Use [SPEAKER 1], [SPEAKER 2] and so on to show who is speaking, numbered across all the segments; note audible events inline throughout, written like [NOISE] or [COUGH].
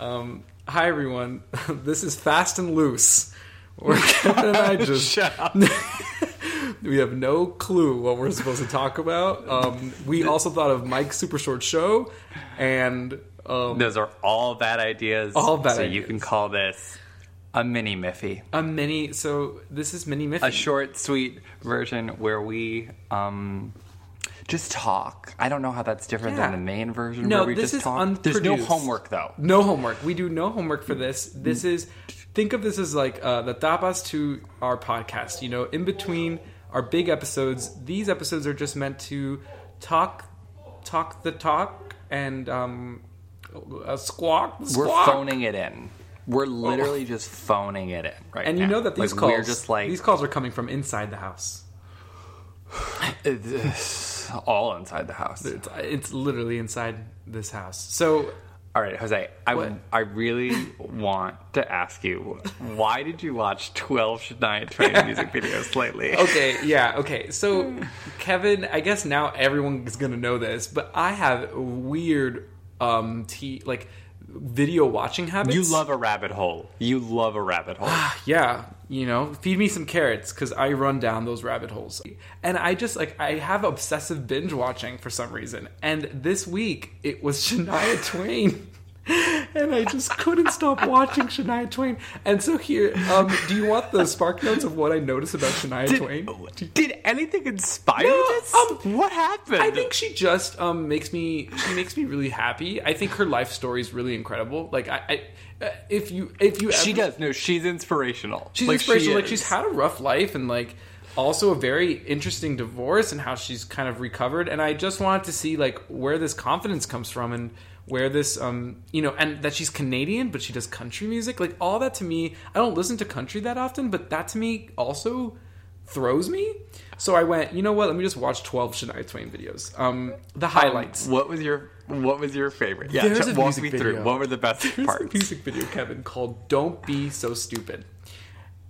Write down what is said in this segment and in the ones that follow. [SPEAKER 1] Um, hi everyone, [LAUGHS] this is Fast and Loose. Where
[SPEAKER 2] [LAUGHS]
[SPEAKER 1] Kevin and I just
[SPEAKER 2] Shut up.
[SPEAKER 1] [LAUGHS] we have no clue what we're supposed to talk about. Um, we also thought of Mike's super short show, and um,
[SPEAKER 2] Those are all bad ideas.
[SPEAKER 1] All bad
[SPEAKER 2] So you can
[SPEAKER 1] ideas.
[SPEAKER 2] call this a mini Miffy,
[SPEAKER 1] a mini. So this is mini Miffy.
[SPEAKER 2] a short, sweet version where we um, just talk. I don't know how that's different
[SPEAKER 1] Yeah.
[SPEAKER 2] than the main version.
[SPEAKER 1] No,
[SPEAKER 2] where we
[SPEAKER 1] this
[SPEAKER 2] just
[SPEAKER 1] is
[SPEAKER 2] talk. There's no
[SPEAKER 1] unproduced.
[SPEAKER 2] homework though.
[SPEAKER 1] No homework. We do no homework for this. This is think of this as like uh, the tapas to our podcast. You know, in between our big episodes, these episodes are just meant to talk, talk the talk, and um, uh, squawk. the
[SPEAKER 2] We're
[SPEAKER 1] squawk.
[SPEAKER 2] phoning it in. We're literally just phoning it in right
[SPEAKER 1] And you
[SPEAKER 2] now.
[SPEAKER 1] know that these
[SPEAKER 2] Like,
[SPEAKER 1] calls,
[SPEAKER 2] we're just like
[SPEAKER 1] these calls are coming from inside the house.
[SPEAKER 2] It's all inside the house.
[SPEAKER 1] It's, it's literally inside this house. So
[SPEAKER 2] All right, Jose, I,
[SPEAKER 1] What?
[SPEAKER 2] I really want to ask you why did you watch 12 Shania Twain music videos lately?
[SPEAKER 1] okay, yeah, okay.
[SPEAKER 2] [LAUGHS]
[SPEAKER 1] So, Kevin, I guess now everyone is gonna know this, but I have weird, um, t like video watching habits.
[SPEAKER 2] You love a rabbit hole. You love a rabbit
[SPEAKER 1] Ah,
[SPEAKER 2] hole.
[SPEAKER 1] yeah, you know, feed me some carrots because I run down those rabbit holes, and I just like I have obsessive binge watching for some reason, and this week it was [LAUGHS] Shania Twain. And I just couldn't stop watching Shania Twain. And so here, um, do you want the spark notes of what I noticed about Shania Twain?
[SPEAKER 2] Oh, [LAUGHS] Did anything inspire
[SPEAKER 1] No,
[SPEAKER 2] this?
[SPEAKER 1] um,
[SPEAKER 2] what happened?
[SPEAKER 1] I think she just um, makes me she makes me really happy. I think her life story is really incredible. Like I, I uh, if you if you
[SPEAKER 2] she
[SPEAKER 1] ever-
[SPEAKER 2] does. No, she's inspirational.
[SPEAKER 1] she's
[SPEAKER 2] Like, she
[SPEAKER 1] inspirational. like
[SPEAKER 2] is.
[SPEAKER 1] she's had a rough life and like also a very interesting divorce and how she's kind of recovered. And I just wanted to see like where this confidence comes from and where this um you know and that she's Canadian but she does country music like all that to me. I don't listen to country that often, but that to me also throws me. So I went, you know what? Let me just watch 12 Shania Twain videos. Um the highlights.
[SPEAKER 2] What was your What was your favorite? Yeah,
[SPEAKER 1] There's
[SPEAKER 2] t-
[SPEAKER 1] a
[SPEAKER 2] walk
[SPEAKER 1] music
[SPEAKER 2] me
[SPEAKER 1] video.
[SPEAKER 2] through. What were the best
[SPEAKER 1] There's a
[SPEAKER 2] parts?
[SPEAKER 1] music video, Kevin, called Don't Be So Stupid.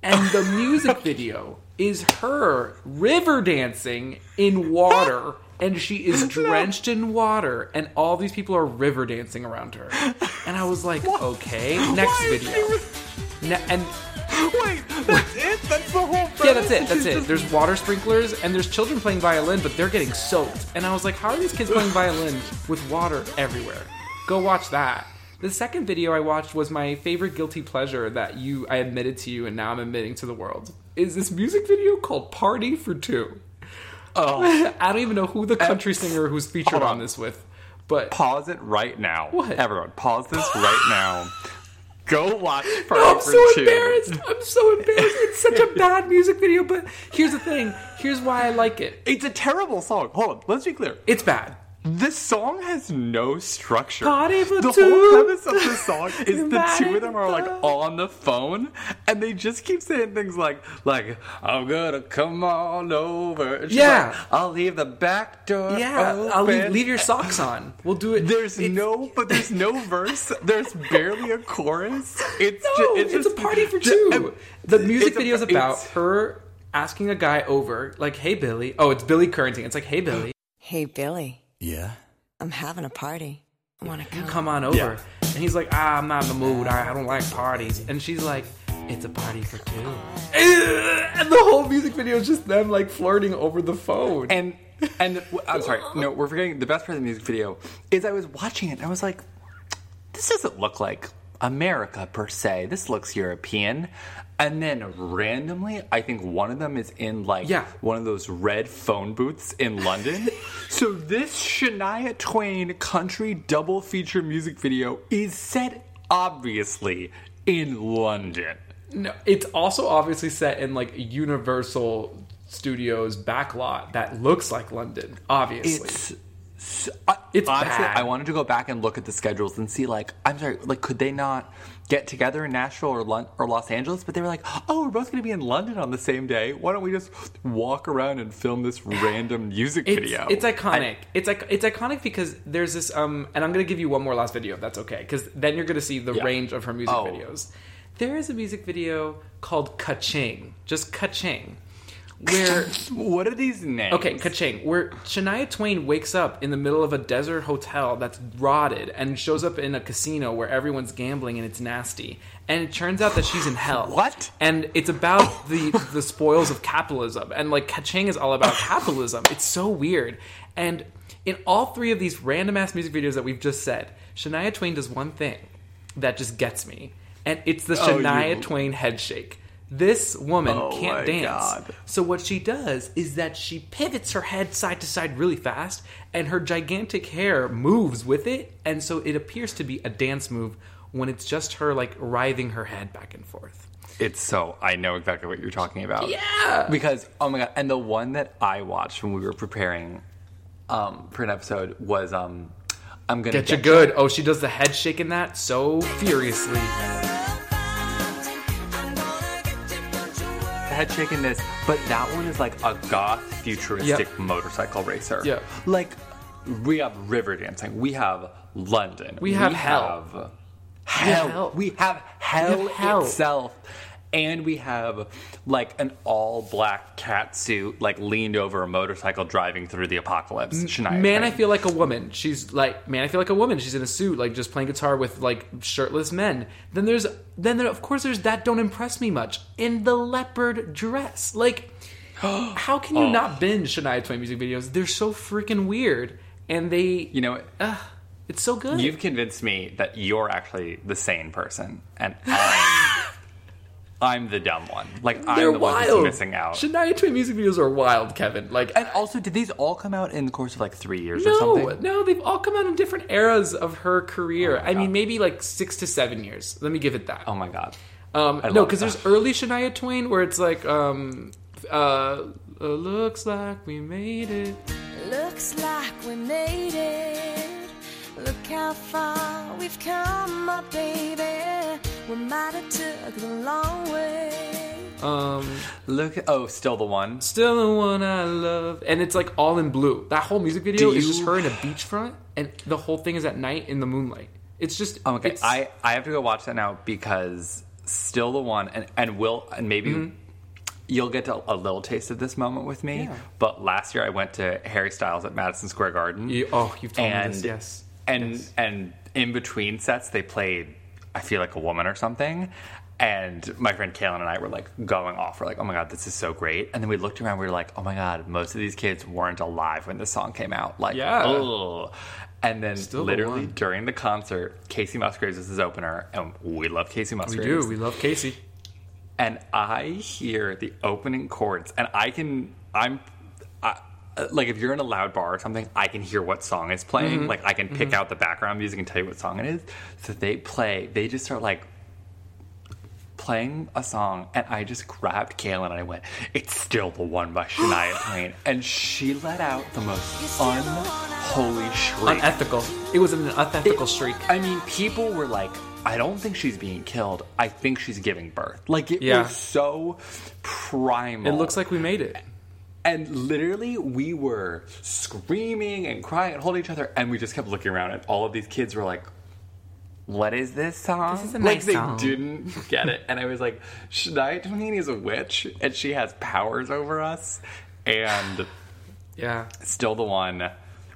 [SPEAKER 1] And the
[SPEAKER 2] [LAUGHS]
[SPEAKER 1] music video is her river dancing in water, and she
[SPEAKER 2] [LAUGHS]
[SPEAKER 1] is drenched in water, and all these people are river dancing around her. And I was like, okay, next
[SPEAKER 2] Why is
[SPEAKER 1] video.
[SPEAKER 2] she with-
[SPEAKER 1] Ne- and
[SPEAKER 2] Wait, that's it? That's the whole
[SPEAKER 1] yeah, that's it,
[SPEAKER 2] premise?
[SPEAKER 1] that's
[SPEAKER 2] She's
[SPEAKER 1] it.
[SPEAKER 2] just-
[SPEAKER 1] There's water sprinklers, and there's children playing violin, but they're getting soaked. And I was like, how are these kids
[SPEAKER 2] [LAUGHS]
[SPEAKER 1] playing violin with water everywhere? Go watch that. The second video I watched was my favorite guilty pleasure that you I admitted to you and now I'm admitting to the world. Is this music video called Party for Two?
[SPEAKER 2] Oh.
[SPEAKER 1] [LAUGHS] I don't even know who the country singer who's featured
[SPEAKER 2] hold
[SPEAKER 1] on
[SPEAKER 2] on.
[SPEAKER 1] this with. But
[SPEAKER 2] pause it right now.
[SPEAKER 1] What?
[SPEAKER 2] Everyone, pause this right
[SPEAKER 1] [GASPS]
[SPEAKER 2] now. Go watch Party
[SPEAKER 1] No, Oh, I'm
[SPEAKER 2] for
[SPEAKER 1] so
[SPEAKER 2] Two.
[SPEAKER 1] embarrassed. I'm so embarrassed. It's
[SPEAKER 2] [LAUGHS]
[SPEAKER 1] such a bad music video, but here's the thing. Here's why I like it.
[SPEAKER 2] It's a terrible song. Hold on, let's be clear.
[SPEAKER 1] It's bad.
[SPEAKER 2] This song has no structure.
[SPEAKER 1] Party for
[SPEAKER 2] the
[SPEAKER 1] two.
[SPEAKER 2] whole premise of this
[SPEAKER 1] [LAUGHS]
[SPEAKER 2] song is the
[SPEAKER 1] Party
[SPEAKER 2] two of them are like
[SPEAKER 1] for-
[SPEAKER 2] on the phone and they just keep saying things like like I'm gonna come on over. And she's
[SPEAKER 1] Yeah.
[SPEAKER 2] like, I'll leave the back door.
[SPEAKER 1] Yeah, I'll leave,
[SPEAKER 2] open."
[SPEAKER 1] leave your socks on. We'll do it.
[SPEAKER 2] There's
[SPEAKER 1] It's-
[SPEAKER 2] no, but there's no verse. There's barely a chorus. It's
[SPEAKER 1] [LAUGHS] No,
[SPEAKER 2] ju-
[SPEAKER 1] it's,
[SPEAKER 2] just-
[SPEAKER 1] a party for
[SPEAKER 2] ju-
[SPEAKER 1] two. The music
[SPEAKER 2] it's a-
[SPEAKER 1] video is about
[SPEAKER 2] it's-
[SPEAKER 1] her asking a guy over, like, "Hey Billy." Oh, it's Billy Currington. It's like, "Hey Billy,
[SPEAKER 3] Hey, Billy,
[SPEAKER 4] Yeah?
[SPEAKER 3] I'm having a party. Want to come?
[SPEAKER 1] come on over." And he's like, "Ah, I'm not in the mood. I, I don't like parties." And she's like, "It's a party for two. [LAUGHS] And the whole music video is just them like flirting over the phone.
[SPEAKER 2] And and I'm sorry, no, we're forgetting the best part of the music video is I was watching it and I was like, this doesn't look like America per se. This looks European. And then randomly, I think one of them is in like
[SPEAKER 1] Yeah.
[SPEAKER 2] one of those red phone booths in London. so this Shania Twain country double feature music video is set obviously in London.
[SPEAKER 1] No, it's also obviously set in like Universal Studios backlot that looks like London. Obviously,
[SPEAKER 2] It's so, I,
[SPEAKER 1] It's
[SPEAKER 2] honestly,
[SPEAKER 1] bad.
[SPEAKER 2] I wanted to go back and look at the schedules and see, like, I'm sorry, like, could they not get together in Nashville or Lon- or Los Angeles? But they were like, oh, we're both going to be in London on the same day. Why don't we just walk around and film
[SPEAKER 1] [SIGHS]
[SPEAKER 2] this random music
[SPEAKER 1] it's,
[SPEAKER 2] video?
[SPEAKER 1] it's
[SPEAKER 2] I-
[SPEAKER 1] iconic. it's like it's iconic because there's this um and I'm going to give you one more last video if that's okay cuz then you're going to see the
[SPEAKER 2] Yeah.
[SPEAKER 1] range of her music
[SPEAKER 2] Oh.
[SPEAKER 1] videos. There is a music video called Kaching, just Kaching, where
[SPEAKER 2] What are these names?
[SPEAKER 1] Okay, Kaching, where Shania Twain wakes up in the middle of a desert hotel that's rotted and shows up in a casino where everyone's gambling and it's nasty. And it turns out that she's in hell.
[SPEAKER 2] What?
[SPEAKER 1] And it's about the the spoils of capitalism. And like Kaching is all about capitalism. It's so weird. And in all three of these random ass music videos that we've just said, Shania Twain does one thing that just gets me. And it's the
[SPEAKER 2] Oh, you-
[SPEAKER 1] Shania Twain head shake. This woman
[SPEAKER 2] Oh
[SPEAKER 1] can't
[SPEAKER 2] my
[SPEAKER 1] dance.
[SPEAKER 2] God.
[SPEAKER 1] So what she does is that she pivots her head side to side really fast, and her gigantic hair moves with it, and so it appears to be a dance move when it's just her like writhing her head back and forth.
[SPEAKER 2] It's so I know exactly what you're talking about.
[SPEAKER 1] Yeah.
[SPEAKER 2] Because oh my god, and the one that I watched when we were preparing um for an episode was um I'm gonna
[SPEAKER 1] Get you good. Oh, she does the head shake in that so furiously.
[SPEAKER 2] head shaking this, but that one is like a goth futuristic motorcycle racer.
[SPEAKER 1] Yeah.
[SPEAKER 2] Like we have river dancing, we have London,
[SPEAKER 1] We have hell.
[SPEAKER 2] have
[SPEAKER 1] have
[SPEAKER 2] hell,
[SPEAKER 1] hell.
[SPEAKER 2] we have hell,
[SPEAKER 1] hell.
[SPEAKER 2] itself, and we have like an all black cat suit, like leaned over a motorcycle driving through the apocalypse. Shania
[SPEAKER 1] Man, I
[SPEAKER 2] Twain.
[SPEAKER 1] feel like a woman. She's like, man, I feel like a woman. She's in a suit, like just playing guitar with like shirtless men. Then there's, then there, of course, there's that. Don't impress me much in the leopard dress.
[SPEAKER 2] [GASPS]
[SPEAKER 1] Like, how can you
[SPEAKER 2] Oh.
[SPEAKER 1] not binge Shania Twain music videos? They're so freaking weird, and they, uh,
[SPEAKER 2] you know.
[SPEAKER 1] it's so good.
[SPEAKER 2] You've convinced me that you're actually the sane person, and I'm,
[SPEAKER 1] [LAUGHS]
[SPEAKER 2] I'm the dumb one. Like I'm
[SPEAKER 1] They're
[SPEAKER 2] the
[SPEAKER 1] wild.
[SPEAKER 2] one who's missing out.
[SPEAKER 1] Shania Twain music videos are wild, Kevin. Like,
[SPEAKER 2] And also, did these all come out in the course of like three years or
[SPEAKER 1] No,
[SPEAKER 2] something? Oh
[SPEAKER 1] no, they've all come out in different eras of her career. I mean,
[SPEAKER 2] God.
[SPEAKER 1] maybe like six to seven years. Let me give it that.
[SPEAKER 2] Oh my god.
[SPEAKER 1] Um,
[SPEAKER 2] I
[SPEAKER 1] no,
[SPEAKER 2] love
[SPEAKER 1] because
[SPEAKER 2] that.
[SPEAKER 1] there's early Shania Twain where it's like, um, uh, uh, looks like we made it.
[SPEAKER 3] Looks like we made it. Look how far we've come, my baby. We might have took the long way.
[SPEAKER 1] Um,
[SPEAKER 2] Look, oh, still the one.
[SPEAKER 1] still the one I love, and it's like all in blue. That whole music video
[SPEAKER 2] Do
[SPEAKER 1] is just
[SPEAKER 2] you-
[SPEAKER 1] her in a beachfront, and the whole thing is at night in the moonlight. It's just
[SPEAKER 2] Oh my god.
[SPEAKER 1] it's-
[SPEAKER 2] I I have to go watch that now because still the one, and and will and maybe.
[SPEAKER 1] Mm-hmm.
[SPEAKER 2] You'll get a, a little taste of this moment with me.
[SPEAKER 1] Yeah.
[SPEAKER 2] But last year I went to Harry Styles at Madison Square Garden.
[SPEAKER 1] You- oh, you've told
[SPEAKER 2] and
[SPEAKER 1] me this. Yes,
[SPEAKER 2] and
[SPEAKER 1] Yes.
[SPEAKER 2] and in between sets they played i feel like a woman or something and my friend Kaylin and I were like going off. We're like, oh my God, this is so great. And then we looked around, we were like, oh my God, most of these kids weren't alive when this song came out. Like,
[SPEAKER 1] Yeah.
[SPEAKER 2] ugh. And then
[SPEAKER 1] Still the
[SPEAKER 2] literally
[SPEAKER 1] one.
[SPEAKER 2] during the concert, Casey Musgraves is his opener, and we love Casey
[SPEAKER 1] we
[SPEAKER 2] Musgraves
[SPEAKER 1] do. We love Casey.
[SPEAKER 2] and I hear the opening chords, and I can, I'm, I, like, if you're in a loud bar or something, I can hear what song is playing.
[SPEAKER 1] Mm-hmm.
[SPEAKER 2] Like, I can pick out the background music and tell you what song it is. So they play, they just start like playing a song, and I just grabbed Kaylin and I went, "It's still the one by Shania
[SPEAKER 1] [GASPS]
[SPEAKER 2] Twain," and she let out the most unholy shriek.
[SPEAKER 1] Unethical. It was an unethical shriek.
[SPEAKER 2] I mean, people were like, I don't think she's being killed. I think she's giving birth. Like, it
[SPEAKER 1] Yeah.
[SPEAKER 2] was so primal.
[SPEAKER 1] It looks like we made it.
[SPEAKER 2] And literally, we were screaming and crying and holding each other, and we just kept looking around, and all of these kids were like, what is this song?
[SPEAKER 1] This is a
[SPEAKER 2] like
[SPEAKER 1] nice
[SPEAKER 2] they
[SPEAKER 1] song.
[SPEAKER 2] didn't get it, and I was like, Shania Twain is a witch, and she has powers over us, and
[SPEAKER 1] Yeah.
[SPEAKER 2] still the one.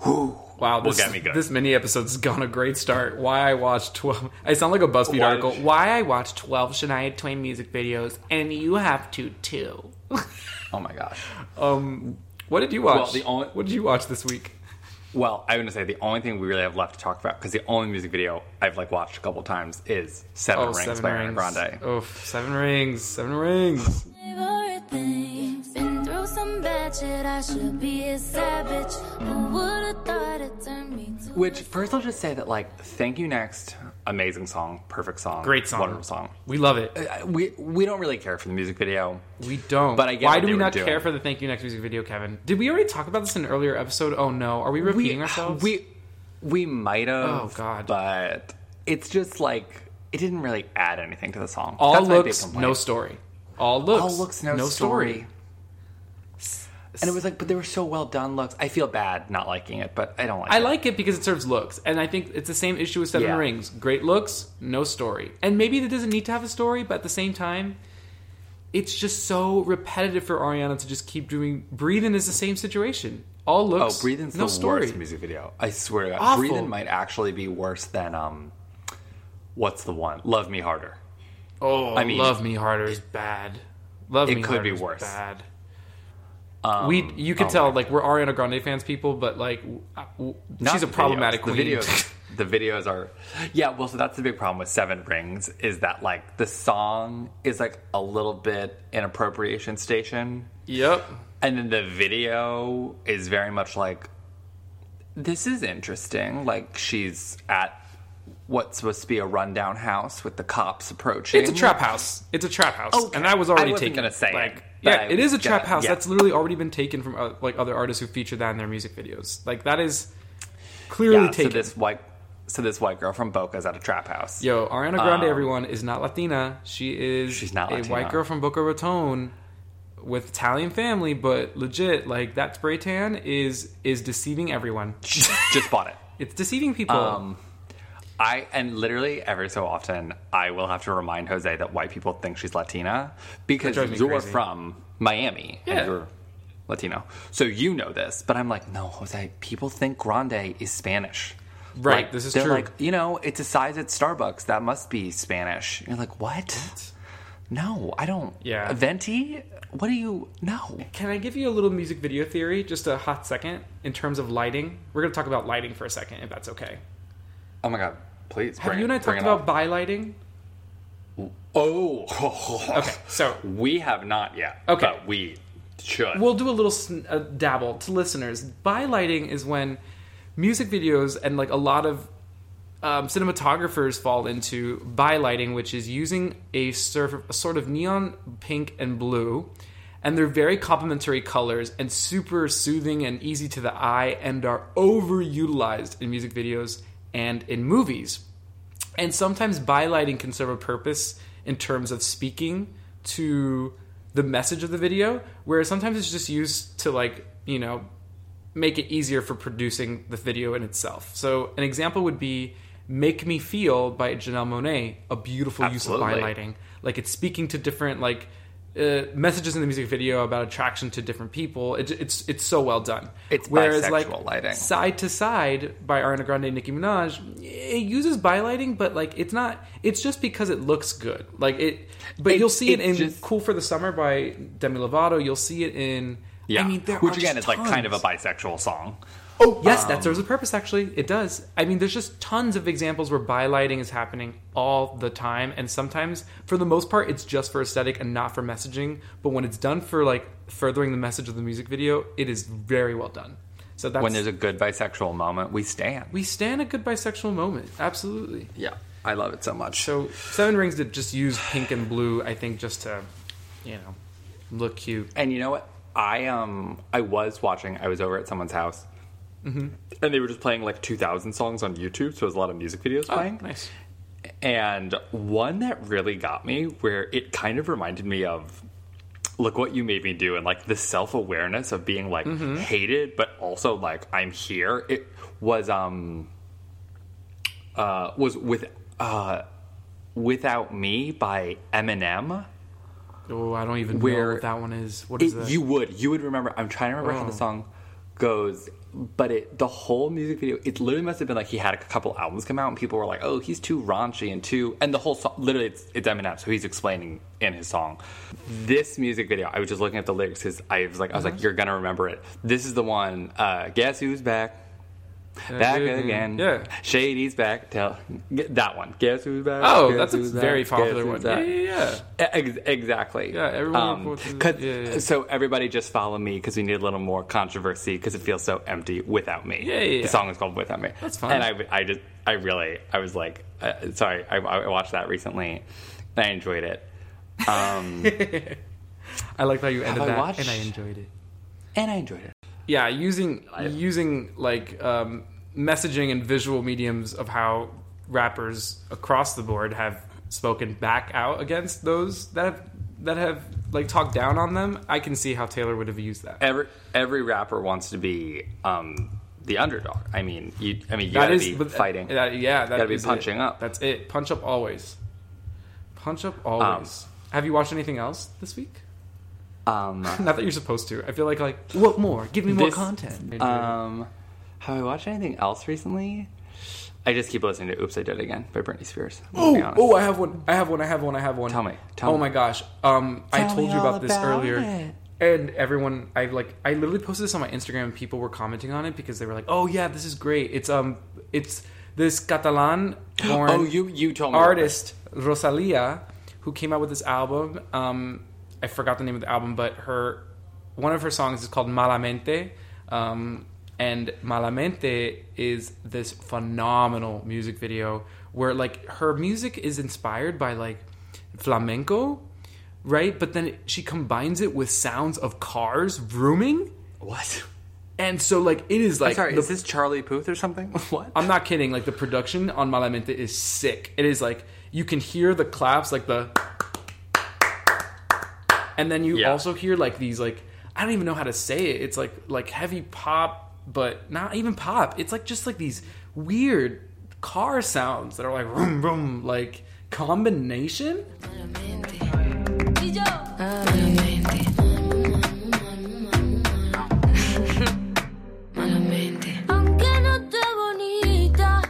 [SPEAKER 2] Whew,
[SPEAKER 1] Wow,
[SPEAKER 2] will
[SPEAKER 1] this,
[SPEAKER 2] get me good.
[SPEAKER 1] this mini episode's gone a great start. Why I watched 12. I sound like a BuzzFeed
[SPEAKER 2] Why-
[SPEAKER 1] article. Why I watched 12 Shania Twain music videos, and you have to too.
[SPEAKER 2] oh my gosh.
[SPEAKER 1] Um, What did you watch?
[SPEAKER 2] Well, the only-
[SPEAKER 1] What did you watch this week?
[SPEAKER 2] Well, I want to say the only thing we really have left to talk about because the only music video I've like watched a couple times is Seven
[SPEAKER 1] Oh,
[SPEAKER 2] Rings
[SPEAKER 1] Seven
[SPEAKER 2] by
[SPEAKER 1] Rings.
[SPEAKER 2] Ariana Grande.
[SPEAKER 1] Oh, Seven Rings. Seven Rings.
[SPEAKER 4] favorite things. Been through some bad shit. I should be a savage. Who would've thought it turned me to
[SPEAKER 2] Which first I'll just say that like Thank You Next, amazing song, perfect song,
[SPEAKER 1] Great song.
[SPEAKER 2] wonderful song.
[SPEAKER 1] We love it.
[SPEAKER 2] Uh, We we don't really care for the music video.
[SPEAKER 1] We don't.
[SPEAKER 2] But I get
[SPEAKER 1] Why
[SPEAKER 2] what
[SPEAKER 1] do
[SPEAKER 2] they
[SPEAKER 1] we
[SPEAKER 2] were
[SPEAKER 1] not
[SPEAKER 2] doing.
[SPEAKER 1] care for the Thank You Next music video, Kevin? Did we already talk about this in an earlier episode? Oh, no. Are we repeating ourselves?
[SPEAKER 2] We we might have.
[SPEAKER 1] Oh, God.
[SPEAKER 2] But it's just like it didn't really add anything to the song.
[SPEAKER 1] All
[SPEAKER 2] That's my big
[SPEAKER 1] looks,
[SPEAKER 2] complaint.
[SPEAKER 1] no story. All looks,
[SPEAKER 2] All looks no, story. And it was like, but they were so well done looks. I feel bad not liking it, but I don't like
[SPEAKER 1] I
[SPEAKER 2] it.
[SPEAKER 1] like it because it serves looks, and I think it's the same issue with Seven
[SPEAKER 2] Yeah.
[SPEAKER 1] Rings. Great looks, no story, and maybe it doesn't need to have a story, but at the same time, it's just so repetitive for Ariana to just keep doing. Breathing is the same situation. All looks.
[SPEAKER 2] Oh, Breathing's
[SPEAKER 1] no
[SPEAKER 2] the
[SPEAKER 1] story.
[SPEAKER 2] worst music video. I swear to God.
[SPEAKER 1] Awful.
[SPEAKER 2] Breathing might actually be worse than um what's the one? Love Me Harder.
[SPEAKER 1] Oh,
[SPEAKER 2] I mean-
[SPEAKER 1] Love Me Harder is bad. Love
[SPEAKER 2] It
[SPEAKER 1] Me
[SPEAKER 2] could
[SPEAKER 1] Harder
[SPEAKER 2] be
[SPEAKER 1] is
[SPEAKER 2] worse.
[SPEAKER 1] Bad.
[SPEAKER 2] Um,
[SPEAKER 1] we you can
[SPEAKER 2] oh
[SPEAKER 1] tell
[SPEAKER 2] my-
[SPEAKER 1] like we're Ariana Grande fans people, but like w- uh, w-
[SPEAKER 2] not
[SPEAKER 1] she's a
[SPEAKER 2] the videos.
[SPEAKER 1] problematic
[SPEAKER 2] the
[SPEAKER 1] queen. [LAUGHS]
[SPEAKER 2] videos the videos are Yeah, well so that's the big problem with Seven Rings is that like the song is like a little bit an appropriation station
[SPEAKER 1] yep.
[SPEAKER 2] And then the video is very much like, this is interesting. Like she's at what's supposed to be a rundown house with the cops approaching.
[SPEAKER 1] It's a trap house. It's a trap house,
[SPEAKER 2] Okay.
[SPEAKER 1] and I was already
[SPEAKER 2] I wasn't
[SPEAKER 1] taken.
[SPEAKER 2] gonna say it,
[SPEAKER 1] like,
[SPEAKER 2] but
[SPEAKER 1] yeah,
[SPEAKER 2] I
[SPEAKER 1] it is a
[SPEAKER 2] was
[SPEAKER 1] trap
[SPEAKER 2] gonna-
[SPEAKER 1] house.
[SPEAKER 2] yeah.
[SPEAKER 1] That's literally already been taken from uh, like other artists who feature that in their music videos. Like that is clearly
[SPEAKER 2] yeah, so
[SPEAKER 1] taken.
[SPEAKER 2] this white, so this white girl from Boca's at a trap house.
[SPEAKER 1] Yo, Ariana Grande,
[SPEAKER 2] Um,
[SPEAKER 1] everyone is not Latina. She is
[SPEAKER 2] She's not
[SPEAKER 1] a
[SPEAKER 2] Latina.
[SPEAKER 1] white girl from Boca Raton with Italian family, but legit, like that spray tan is is deceiving everyone.
[SPEAKER 2] just bought it.
[SPEAKER 1] It's deceiving people.
[SPEAKER 2] Um, I and literally every so often I will have to remind Jose that white people think she's Latina because
[SPEAKER 1] That drives me
[SPEAKER 2] you're
[SPEAKER 1] crazy.
[SPEAKER 2] from Miami
[SPEAKER 1] Yeah.
[SPEAKER 2] and you're Latino, so you know this. But I'm like, no, Jose. People think Grande is Spanish.
[SPEAKER 1] Right,
[SPEAKER 2] Like,
[SPEAKER 1] this is
[SPEAKER 2] they're
[SPEAKER 1] true.
[SPEAKER 2] Like, you know, it's a size at Starbucks. That must be Spanish. You're like, what? No, I don't.
[SPEAKER 1] Yeah.
[SPEAKER 2] Venti? What do you? No.
[SPEAKER 1] Can I give you a little music video theory, just a hot second, in terms of lighting? We're going to talk about lighting for a second, if that's okay.
[SPEAKER 2] Oh my god. Please.
[SPEAKER 1] Have you and I talked about by lighting?
[SPEAKER 2] Oh.
[SPEAKER 1] Okay, so
[SPEAKER 2] We have not yet.
[SPEAKER 1] Okay.
[SPEAKER 2] But we should.
[SPEAKER 1] we'll do a little sn- uh, dabble to listeners. By lighting is when music videos and like a lot of um, cinematographers fall into by lighting, which is using a, surf- a sort of neon pink and blue, and they're very complementary colors and super soothing and easy to the eye, and are overutilized in music videos and in movies. And sometimes by lighting can serve a purpose in terms of speaking to the message of the video, whereas sometimes it's just used to like, you know, make it easier for producing the video in itself. So an example would be Make Me Feel by Janelle Monet, a beautiful use of by
[SPEAKER 2] Absolutely.
[SPEAKER 1] lighting. Like it's speaking to different like uh, messages in the music video about attraction to different people. It, it's it's so well done.
[SPEAKER 2] It's bisexual lighting.
[SPEAKER 1] Side to Side by Ariana Grande and Nicki Minaj, it uses bylighting, but like it's not. It's just because it looks good. Like it, but
[SPEAKER 2] It-
[SPEAKER 1] you'll see it,
[SPEAKER 2] it
[SPEAKER 1] in
[SPEAKER 2] just-
[SPEAKER 1] "Cool for the Summer" by Demi Lovato. You'll see it in.
[SPEAKER 2] Yeah.
[SPEAKER 1] I mean, there
[SPEAKER 2] Which
[SPEAKER 1] are
[SPEAKER 2] again
[SPEAKER 1] just
[SPEAKER 2] is like kind of a
[SPEAKER 1] tons.
[SPEAKER 2] bisexual song.
[SPEAKER 1] Oh, yes, that serves a purpose. Actually, it does. I mean, there's just tons of examples where bylighting is happening all the time, and sometimes, for the most part, it's just for aesthetic and not for messaging. But when it's done for like furthering the message of the music video, it is very well done. So that's
[SPEAKER 2] When there's a good bisexual moment, we stand.
[SPEAKER 1] we stand a good bisexual moment absolutely
[SPEAKER 2] yeah. I love it so much.
[SPEAKER 1] so seven rings did just use pink and blue i think just to you know look cute
[SPEAKER 2] and you know what? I um I was watching. I was over at someone's house,
[SPEAKER 1] Mm-hmm.
[SPEAKER 2] and they were just playing like 2,000 songs on YouTube. So there was a lot of music videos playing.
[SPEAKER 1] Oh, nice
[SPEAKER 2] And one that really got me, where it kind of reminded me of look what you made me do and like the self-awareness of being like hated but also like i'm here it was um uh was with uh without me by eminem
[SPEAKER 1] oh i don't even know
[SPEAKER 2] Where-
[SPEAKER 1] what that one is what
[SPEAKER 2] It-
[SPEAKER 1] is that
[SPEAKER 2] you would you would remember i'm trying to remember how the
[SPEAKER 1] Oh.
[SPEAKER 2] song goes but it the whole music video it literally must have been like he had a couple albums come out and people were like oh he's too raunchy and too and the whole song literally it's, it's eminem so he's explaining in his song this music video i was just looking at the lyrics because i was like i was
[SPEAKER 1] Uh-huh.
[SPEAKER 2] like you're gonna remember it this is the one uh guess who's back back
[SPEAKER 1] dude,
[SPEAKER 2] again
[SPEAKER 1] yeah.
[SPEAKER 2] shady's back tell get that one guess who's back
[SPEAKER 1] oh
[SPEAKER 2] Guess
[SPEAKER 1] that's a
[SPEAKER 2] who's back?
[SPEAKER 1] very
[SPEAKER 2] Guess
[SPEAKER 1] popular one
[SPEAKER 2] who's
[SPEAKER 1] yeah
[SPEAKER 2] back?
[SPEAKER 1] yeah, yeah.
[SPEAKER 2] Ex- exactly.
[SPEAKER 1] Yeah, everyone
[SPEAKER 2] Um,
[SPEAKER 1] reports it.
[SPEAKER 2] 'cause-
[SPEAKER 1] Yeah, yeah.
[SPEAKER 2] So everybody just follow me because we need a little more controversy because it feels so empty without me.
[SPEAKER 1] Yeah, yeah, yeah.
[SPEAKER 2] The song is called "Without Me."
[SPEAKER 1] That's fine.
[SPEAKER 2] And I, I just, I really, I was like, uh, sorry, I, I watched that recently and I enjoyed it. Um,
[SPEAKER 1] i liked how you ended
[SPEAKER 2] I
[SPEAKER 1] that
[SPEAKER 2] watched-
[SPEAKER 1] and i enjoyed it
[SPEAKER 2] and I enjoyed it.
[SPEAKER 1] yeah using using like um, messaging and visual mediums of how rappers across the board have spoken back out against those that have that have like talked down on them i can see how taylor would have used that
[SPEAKER 2] Every every rapper wants to be um, the underdog. I mean, you, I mean, you
[SPEAKER 1] That
[SPEAKER 2] gotta
[SPEAKER 1] is
[SPEAKER 2] be
[SPEAKER 1] but-
[SPEAKER 2] fighting.
[SPEAKER 1] that- yeah that
[SPEAKER 2] Gotta be
[SPEAKER 1] is
[SPEAKER 2] punching
[SPEAKER 1] it.
[SPEAKER 2] up.
[SPEAKER 1] that's it punch up always punch up always Have you watched anything else this week? [LAUGHS]
[SPEAKER 2] Um,
[SPEAKER 1] Not that you're supposed to. I feel like like what more? Give me more
[SPEAKER 2] This-
[SPEAKER 1] content.
[SPEAKER 2] um, have I watched anything else recently? I just keep listening to "Oops, I Did It Again" by Britney Spears. I'm gonna be
[SPEAKER 1] Oh,
[SPEAKER 2] honest.
[SPEAKER 1] oh, I have one. I have one. I have one. I have one.
[SPEAKER 2] Tell me, tell
[SPEAKER 1] oh
[SPEAKER 2] me.
[SPEAKER 1] my gosh. Um, I
[SPEAKER 2] Tell
[SPEAKER 1] told
[SPEAKER 2] me
[SPEAKER 1] you about
[SPEAKER 2] all
[SPEAKER 1] this
[SPEAKER 2] about
[SPEAKER 1] earlier.
[SPEAKER 2] it.
[SPEAKER 1] And everyone, I like, I literally posted this on my Instagram, and people were commenting on it because they were like, "Oh yeah, this is great." It's um, it's this Catalan born
[SPEAKER 2] [GASPS] Oh, you you told me about
[SPEAKER 1] artist Rosalia, who came out with this album. Um, I forgot the name of the album, but her one of her songs is called Malamente, um, and Malamente is this phenomenal music video where like her music is inspired by like flamenco, right? But then she combines it with sounds of cars vrooming,
[SPEAKER 2] this. What?
[SPEAKER 1] and so like it is like
[SPEAKER 2] Sorry,
[SPEAKER 1] the
[SPEAKER 2] is this Charlie Puth or something? What?
[SPEAKER 1] I'm not kidding. Like the production on Malamente is sick. It is like you can hear the claps, like the, and then you
[SPEAKER 2] Yeah.
[SPEAKER 1] also hear like these like I don't even know how to say it. It's like like heavy pop, but not even pop. It's like just like these weird car sounds that are like vroom vroom like combination.
[SPEAKER 4] Aunque no esté bonita,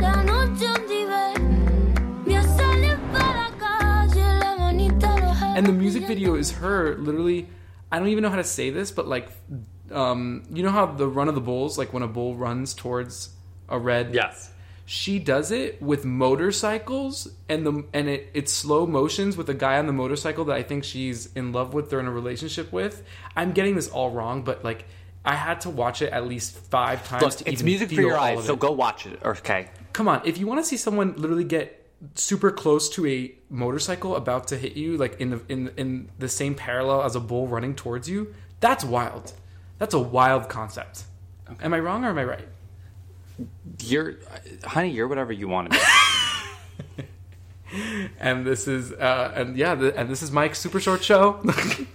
[SPEAKER 4] la noche un nivel. Me a salir para la calle, la manita lo
[SPEAKER 1] And the music video is her literally. I don't even know how to say this, but like, um, you know how the run of the bulls, like when a bull runs towards a red
[SPEAKER 2] Yes.
[SPEAKER 1] she does it with motorcycles and the and it, it's slow motions with a guy on the motorcycle that I think she's in love with or in a relationship with. I'm getting this all wrong, but like I had to watch it at least five times
[SPEAKER 2] Look,
[SPEAKER 1] to
[SPEAKER 2] it's
[SPEAKER 1] even
[SPEAKER 2] music for
[SPEAKER 1] feel
[SPEAKER 2] your
[SPEAKER 1] all
[SPEAKER 2] eyes,
[SPEAKER 1] of
[SPEAKER 2] so
[SPEAKER 1] it.
[SPEAKER 2] go watch it. Okay.
[SPEAKER 1] Come on, if you want to see someone literally get super close to a motorcycle about to hit you, like in the in in the same parallel as a bull running towards you, that's wild. That's a wild concept. Am I wrong or am I right?
[SPEAKER 2] You're, honey, you're whatever you
[SPEAKER 1] [LAUGHS]
[SPEAKER 2] want to be.
[SPEAKER 1] and this is uh, and yeah, th- and this is Mike's super short show.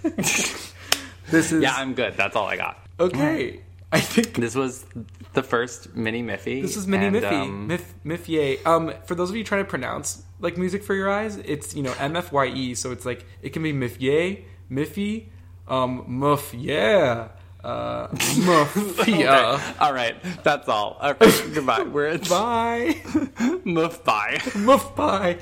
[SPEAKER 1] this is
[SPEAKER 2] yeah, I'm good. That's all I got.
[SPEAKER 1] okay. I think
[SPEAKER 2] This was the first mini Miffy.
[SPEAKER 1] this is Mini
[SPEAKER 2] and,
[SPEAKER 1] Miffy
[SPEAKER 2] um,
[SPEAKER 1] Miff Miffier. Um, for those of you trying to pronounce like music for your eyes, it's you know M F Y E, so it's like it can be Miffier, Miffy, um, Muff, yeah,
[SPEAKER 2] [LAUGHS]
[SPEAKER 1] uh, Muffia.
[SPEAKER 2] okay. All right. [LAUGHS] That's all. Okay. Goodbye. We're at
[SPEAKER 1] Bye, [LAUGHS]
[SPEAKER 2] Muff. Bye.
[SPEAKER 1] Muff, bye.